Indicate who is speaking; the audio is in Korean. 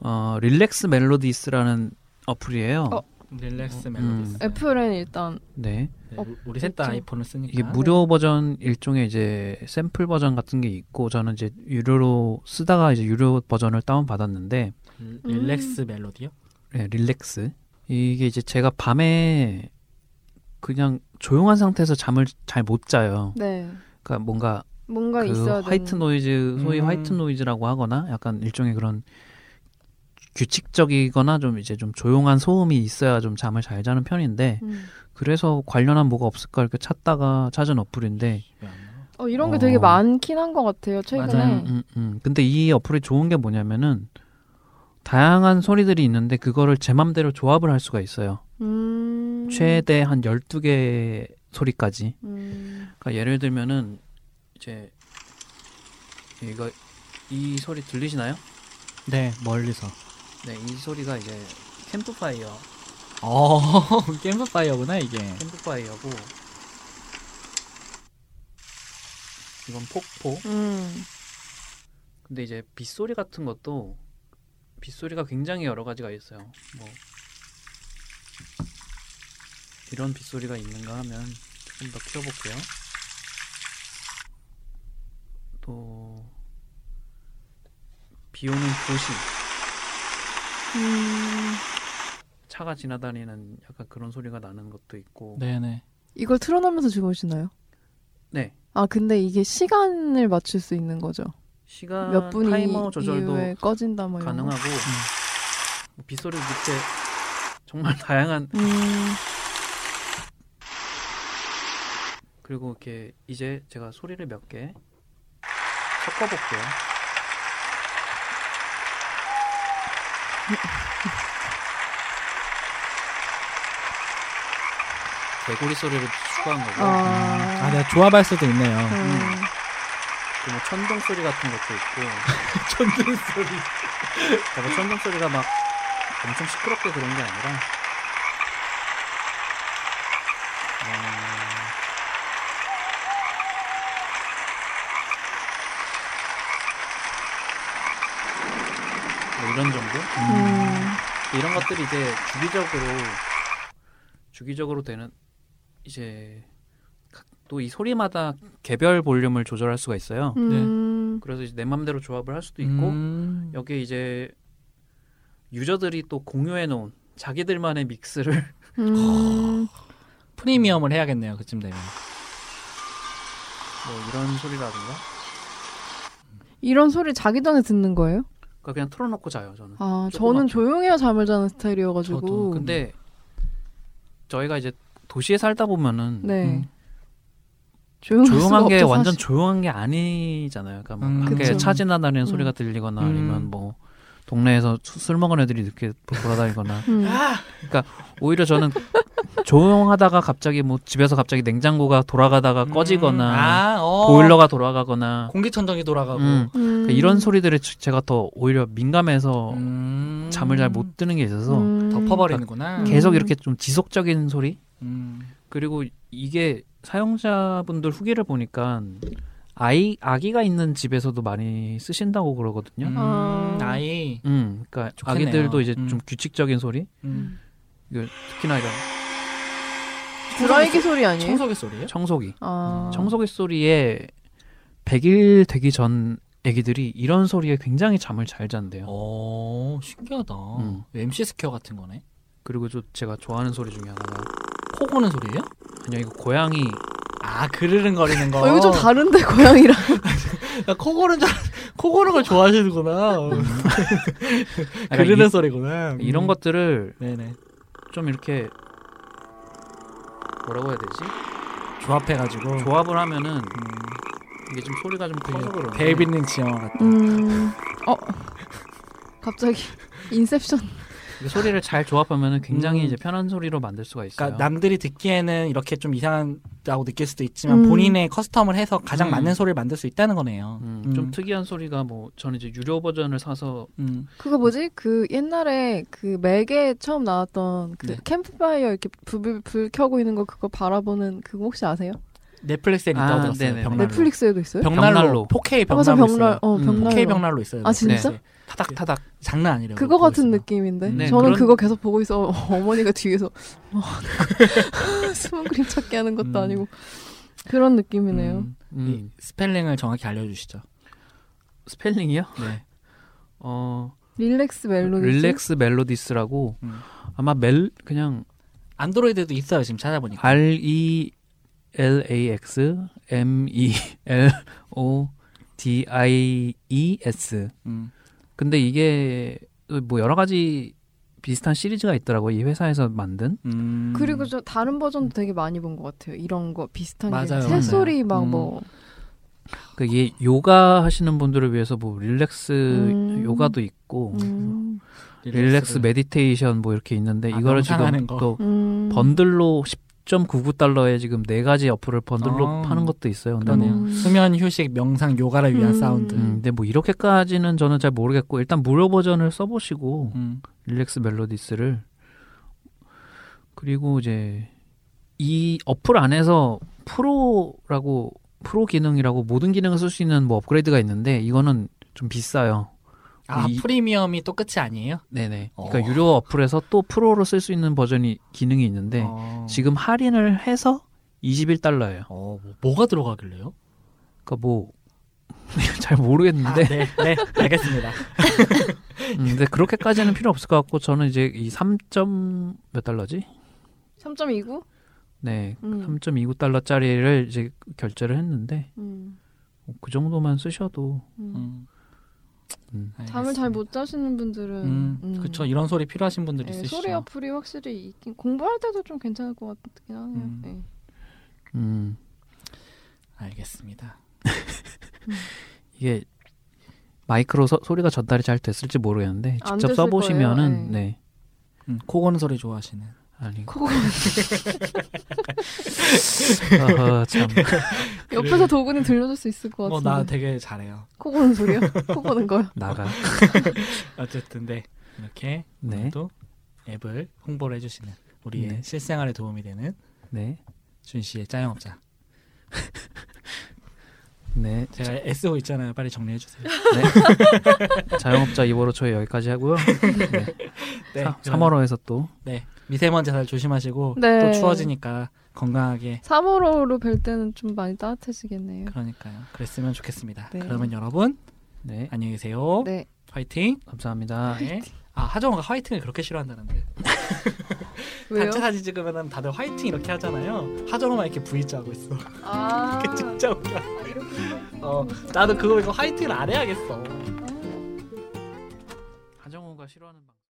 Speaker 1: 어, 릴렉스 멜로디스라는 어플이에요.
Speaker 2: 어.
Speaker 3: 릴렉스
Speaker 1: 음.
Speaker 3: 멜로디스.
Speaker 2: 애플은 일단
Speaker 1: 네.
Speaker 3: 네,
Speaker 2: 어,
Speaker 3: 우리 셋 다
Speaker 2: 있죠.
Speaker 3: 아이폰을 쓰니까.
Speaker 1: 이게
Speaker 2: 네.
Speaker 1: 무료 버전 일종의 이제 샘플 버전 같은 게 있고 저는 이제 유료로 쓰다가 이제 유료 버전을 다운 받았는데
Speaker 3: 음, 릴- 릴렉스 멜로디요?
Speaker 1: 네, 릴렉스 이게 이제 제가 밤에 그냥 조용한 상태에서 잠을 잘 못 자요.
Speaker 2: 네
Speaker 1: 그러니까 뭔가
Speaker 2: 뭔가
Speaker 1: 그
Speaker 2: 있어야
Speaker 1: 화이트
Speaker 2: 되는.
Speaker 1: 노이즈 소위
Speaker 3: 음.
Speaker 1: 화이트 노이즈라고 하거나 약간 일종의 그런 규칙적이거나 좀 이제 좀 조용한 소음이 있어야 좀 잠을 잘 자는 편인데
Speaker 2: 음.
Speaker 1: 그래서 관련한 뭐가 없을까 이렇게 찾다가 찾은 어플인데
Speaker 3: 왜 안 나와?
Speaker 2: 어 이런 게
Speaker 1: 어.
Speaker 2: 되게 많긴 한 것 같아요 최근에.
Speaker 3: 맞아요.
Speaker 1: 음, 음, 음. 근데 이 어플이 좋은 게 뭐냐면은 다양한 소리들이 있는데 그거를 제 맘대로 조합을 할 수가 있어요.
Speaker 2: 음.
Speaker 1: 최대 한 12개 소리까지.
Speaker 2: 음.
Speaker 1: 그러니까 예를 들면은 이제 이거 이 소리 들리시나요?
Speaker 3: 네 멀리서.
Speaker 1: 네, 이 소리가 이제 캠프파이어,
Speaker 3: 어 캠프파이어구나 이게.
Speaker 1: 캠프파이어고 이건 폭포.
Speaker 2: 음.
Speaker 1: 근데 이제 빗소리 같은 것도 빗소리가 굉장히 여러 가지가 있어요. 뭐 이런 빗소리가 있는가 하면 조금 더 키워볼게요. 또 비오는 도시
Speaker 2: 음.
Speaker 1: 차가 지나다니는 약간 그런 소리가 나는 것도 있고
Speaker 3: 네네.
Speaker 2: 이걸 틀어놓으면서 주무시나요?
Speaker 1: 네.
Speaker 2: 아 근데 이게 시간을 맞출 수 있는 거죠.
Speaker 1: 시간
Speaker 2: 몇 분이
Speaker 1: 아, 타이머 조절도
Speaker 2: 이후에 꺼진다 뭐 이런. 거?
Speaker 1: 가능하고
Speaker 3: 음.
Speaker 1: 뭐 빗소리 밑에 정말 다양한
Speaker 2: 음.
Speaker 1: 그리고 이렇게 이제 제가 소리를 몇 개 섞어볼게요. 개구리 소리를 추가한 거고,
Speaker 2: 아.
Speaker 3: 아 내가 조합할 수도 있네요.
Speaker 2: 음.
Speaker 1: 그뭐 천둥 소리 같은 것도 있고,
Speaker 3: 천둥 소리.
Speaker 1: 그러니까 뭐 천둥 소리가 막 엄청 시끄럽게 그런 게 아니라, 어, 뭐 이런 정도?
Speaker 2: 음.
Speaker 1: 이런 것들이 이제 주기적으로 주기적으로 되는 이제 또 이 소리마다 개별 볼륨을 조절할 수가 있어요.
Speaker 3: 네.
Speaker 2: 음.
Speaker 1: 그래서 이제 내 맘대로 조합을 할 수도 있고
Speaker 3: 음.
Speaker 1: 여기에 이제 유저들이 또 공유해 놓은 자기들만의 믹스를 뭐
Speaker 2: 음.
Speaker 3: 프리미엄을 해야겠네요 그쯤 되면.
Speaker 1: 뭐 이런 소리라든가
Speaker 2: 이런 소리 자기 전에 듣는 거예요?
Speaker 1: 그러니까 그냥 틀어놓고 자요 저는.
Speaker 2: 아
Speaker 1: 조그맣게.
Speaker 2: 저는 조용해야 잠을 자는 스타일이어가지고.
Speaker 3: 저도,
Speaker 1: 근데 저희가 이제 도시에 살다 보면은
Speaker 2: 네.
Speaker 3: 음.
Speaker 2: 조용할
Speaker 1: 조용한
Speaker 2: 수가
Speaker 1: 게
Speaker 2: 없죠,
Speaker 1: 완전
Speaker 2: 사실.
Speaker 1: 조용한 게 아니잖아요. 그러니까 뭐
Speaker 3: 음.
Speaker 1: 밖에
Speaker 2: 그쵸.
Speaker 1: 차 지나다니는
Speaker 2: 음.
Speaker 1: 소리가 들리거나
Speaker 3: 음.
Speaker 1: 아니면 뭐 동네에서 수- 술 먹은 애들이 늦게 돌아다니거나
Speaker 2: 음.
Speaker 1: 오히려 저는 조용하다가 갑자기 뭐 집에서 갑자기 냉장고가
Speaker 2: 음.
Speaker 1: 돌아가다가 꺼지거나
Speaker 3: 음. 아, 어.
Speaker 1: 보일러가 돌아가거나
Speaker 3: 공기청정기 돌아가고.
Speaker 1: 음.
Speaker 2: 음.
Speaker 1: 그러니까 이런 소리들에 주- 제가 더 오히려 민감해서
Speaker 3: 음.
Speaker 1: 잠을 잘 못 드는 게 있어서
Speaker 2: 음.
Speaker 3: 덮어버리는구나.
Speaker 2: 개-
Speaker 1: 계속
Speaker 2: 음.
Speaker 1: 이렇게 좀 지속적인 소리
Speaker 3: 음.
Speaker 1: 그리고 이게 사용자분들 후기를 보니까 아이 아기가 있는 집에서도 많이 쓰신다고 그러거든요. 음,
Speaker 2: 아.
Speaker 3: 나이.
Speaker 1: 그러니까
Speaker 3: 좋겠네요.
Speaker 1: 아기들도 이제
Speaker 3: 음.
Speaker 1: 좀 규칙적인 소리,
Speaker 3: 음.
Speaker 1: 이거 특히나 이런
Speaker 2: 드라이기 소리 아니에요?
Speaker 3: 청소기 소리예요?
Speaker 1: 청소기,
Speaker 3: 어.
Speaker 1: 음,
Speaker 2: 아.
Speaker 1: 청소기 소리에 100일 되기 전 아기들이 이런 소리에 굉장히 잠을 잘 잔대요.
Speaker 3: 오, 어, 신기하다.
Speaker 1: 음.
Speaker 3: MC 스퀘어 같은 거네.
Speaker 1: 그리고 저 제가 좋아하는 소리 중에 하나가
Speaker 3: 코 고는 소리예요?
Speaker 1: 아니요 이거 고양이
Speaker 3: 아, 그르릉거리는 거.
Speaker 2: 어, 이거 좀 다른데 고양이랑
Speaker 3: 야, 코 고는 줄, 알- 코 고는 걸 좋아하시는구나. 그르는 소리구나. 음.
Speaker 1: 이, 런 것들을
Speaker 3: 네네.
Speaker 1: 좀 이렇게 뭐라고 해야 되지?
Speaker 3: 조합해가지고.
Speaker 1: 조합을 하면은
Speaker 3: 음,
Speaker 1: 이게 좀 소리가 좀 커서
Speaker 3: 되게
Speaker 1: 그런데
Speaker 3: 데이비드 린치 영화 같아.
Speaker 2: 음. 어. 갑자기 인셉션.
Speaker 1: 이게 소리를 잘 조합하면 굉장히
Speaker 3: 음.
Speaker 1: 이제 편한 소리로 만들 수가 있어요.
Speaker 3: 그러니까 남들이 듣기에는 이렇게 좀 이상하다고 느낄 수도 있지만
Speaker 2: 음.
Speaker 3: 본인의 커스텀을 해서 가장
Speaker 1: 음.
Speaker 3: 맞는 소리를 만들 수 있다는 거네요.
Speaker 1: 음, 좀 특이한 소리가 뭐 저는 이제 유료 버전을 사서
Speaker 3: 음.
Speaker 2: 그거 뭐지? 그 옛날에 그 맥에 처음 나왔던 그
Speaker 3: 네.
Speaker 2: 캠프파이어 이렇게 불, 불, 불 켜고 있는 거 그거 바라보는 그거 혹시 아세요?
Speaker 3: 넷플릭스에 있다고
Speaker 1: 아,
Speaker 3: 들었어요.
Speaker 1: 네네.
Speaker 3: 병난로.
Speaker 2: 넷플릭스에도 있어요?
Speaker 1: 병난로.
Speaker 3: 병난로. 4K
Speaker 2: 아, 맞아
Speaker 3: 병난로.
Speaker 2: 병날
Speaker 3: 있어요.
Speaker 2: 어
Speaker 1: 음,
Speaker 2: 병날
Speaker 3: 4K 병난로 있어요.
Speaker 2: 아, 진짜?
Speaker 3: 넷플릭스에.
Speaker 1: 타닥타닥.
Speaker 3: 장난 아니래요.
Speaker 2: 그거 같은
Speaker 3: 보고 있으면.
Speaker 2: 느낌인데
Speaker 1: 네,
Speaker 2: 저는
Speaker 1: 그런-
Speaker 2: 그거 계속 보고 있어 어, 어머니가 뒤에서 뭐 어, 숨은 그림 찾기 하는 것도
Speaker 3: 음.
Speaker 2: 아니고 그런 느낌이네요.
Speaker 3: 음, 이
Speaker 1: 음.
Speaker 3: 스펠링을 정확히 알려주시죠.
Speaker 1: 스펠링이요?
Speaker 3: 네.
Speaker 1: 어
Speaker 2: 릴렉스 멜로디.
Speaker 1: 릴렉스 멜로디스라고
Speaker 3: 음.
Speaker 1: 아마 멜 그냥
Speaker 3: 안드로이드도 있어요. 지금 찾아보니까.
Speaker 1: R E L A X M E L O D I E S
Speaker 3: 음.
Speaker 1: 근데 이게 뭐 여러 가지 비슷한 시리즈가 있더라고요. 이 회사에서 만든.
Speaker 3: 음.
Speaker 2: 그리고 저 다른 버전도 되게 많이 본 것 같아요. 이런 거 비슷한 게
Speaker 3: 맞아요, 음.
Speaker 2: 새소리
Speaker 1: 맞아요.
Speaker 2: 막 뭐
Speaker 1: 그게 그러니까 요가 하시는 분들을 위해서 뭐 릴렉스
Speaker 2: 음.
Speaker 1: 요가도 있고
Speaker 2: 음,
Speaker 1: 릴렉스
Speaker 3: 멜
Speaker 1: 메디테이션 뭐 이렇게 있는데
Speaker 3: 아,
Speaker 1: 이거를
Speaker 3: 명상하는
Speaker 1: 지금
Speaker 3: 거.
Speaker 1: 또
Speaker 2: 음.
Speaker 1: 번들로 10.99달러에 지금 네 가지 어플을 번들로
Speaker 3: 아,
Speaker 1: 파는 것도 있어요. 근데
Speaker 3: 그러네요.
Speaker 1: 뭐,
Speaker 2: 음.
Speaker 3: 수면, 휴식, 명상, 요가를 위한
Speaker 2: 음.
Speaker 3: 사운드.
Speaker 1: 음, 근데 뭐 이렇게까지는 저는 잘 모르겠고 일단 무료 버전을 써보시고
Speaker 3: 음.
Speaker 1: 릴렉스 멜로디스를 그리고 이제 이 어플 안에서 프로라고 프로 기능이라고 모든 기능을 쓸 수 있는 뭐 업그레이드가 있는데 이거는 좀 비싸요.
Speaker 3: 아
Speaker 1: 이-
Speaker 3: 프리미엄이 또 끝이 아니에요?
Speaker 1: 네네. 그러니까
Speaker 3: 어.
Speaker 1: 유료 어플에서 또 프로로 쓸 수 있는 버전이 기능이 있는데
Speaker 3: 어.
Speaker 1: 네. 지금 할인을 해서 21달러예요.
Speaker 3: 어, 뭐, 뭐가 들어가길래요?
Speaker 1: 그러니까 뭐 잘
Speaker 3: 아,
Speaker 1: 모르겠는데
Speaker 3: 네, 네, 알겠습니다.
Speaker 1: 음, 근데 그렇게까지는 필요 없을 것 같고 저는 이제 이 3점 몇 달러지?
Speaker 2: 3.29?
Speaker 1: 네.
Speaker 2: 음.
Speaker 1: 3.29달러짜리를 이제 결제를 했는데
Speaker 2: 음.
Speaker 1: 뭐그 정도만 쓰셔도
Speaker 2: 음.
Speaker 3: 음. 네,
Speaker 1: 음.
Speaker 2: 잠을 잘 못 자시는 분들은
Speaker 3: 음,
Speaker 2: 음.
Speaker 3: 그렇죠. 이런 소리 필요하신 분들이
Speaker 2: 예,
Speaker 3: 있으시죠.
Speaker 2: 소리 어플이 확실히 있긴 공부할 때도 좀 괜찮을 것 같긴 하네요.
Speaker 3: 음.
Speaker 2: 예.
Speaker 1: 음,
Speaker 3: 알겠습니다.
Speaker 1: 이게 마이크로 서- 소리가 전달이 잘 됐을지 모르겠는데
Speaker 2: 안
Speaker 1: 직접
Speaker 2: 됐을
Speaker 1: 써보시면은
Speaker 2: 거예요.
Speaker 1: 네.
Speaker 3: 음, 코 고는 소리 좋아하시는.
Speaker 1: 아니 네.
Speaker 2: 그거
Speaker 1: 어허, 참
Speaker 2: 옆에서 도구는 들려줄 수 있을 것 같은데.
Speaker 3: 어, 나 되게 잘해요.
Speaker 2: 코 고는 소리요? 코 고는 거요?
Speaker 1: 나가.
Speaker 3: 어쨌든 네 이렇게
Speaker 1: 네.
Speaker 3: 또 앱을 홍보를 해주시는 우리의
Speaker 1: 네.
Speaker 3: 실생활에 도움이 되는
Speaker 1: 네.
Speaker 3: 준 씨의 짜영업자.
Speaker 1: 네.
Speaker 3: 제가 SO 있잖아요. 빨리 정리해 주세요.
Speaker 1: 네. 자영업자 2호로 저희 여기까지 하고요. 네.
Speaker 3: 네,
Speaker 1: 사,
Speaker 3: 그럼
Speaker 1: 3월호에서 또
Speaker 3: 네 미세먼지 잘 조심하시고
Speaker 2: 네.
Speaker 3: 또 추워지니까 건강하게
Speaker 2: 3월호로 뵐 때는 좀 많이 따뜻해지겠네요.
Speaker 3: 그러니까요. 그랬으면 좋겠습니다.
Speaker 2: 네.
Speaker 3: 그러면 여러분
Speaker 1: 네.
Speaker 3: 안녕히 계세요.
Speaker 2: 네.
Speaker 3: 화이팅.
Speaker 1: 감사합니다.
Speaker 3: 네. 아 하정우가 화이팅을 그렇게 싫어한다는데
Speaker 2: 왜요?
Speaker 3: 단체 사진 찍으면 다들 화이팅 이렇게 하잖아요. 하정우만 이렇게 V자 하고 있어.
Speaker 2: 아,
Speaker 3: 그게 진짜 웃겨.
Speaker 2: 아, 이렇게.
Speaker 3: 어, 나도 그거 이거 화이팅을 안 해야겠어.
Speaker 2: 아.
Speaker 1: 하정우가 싫어하는 방.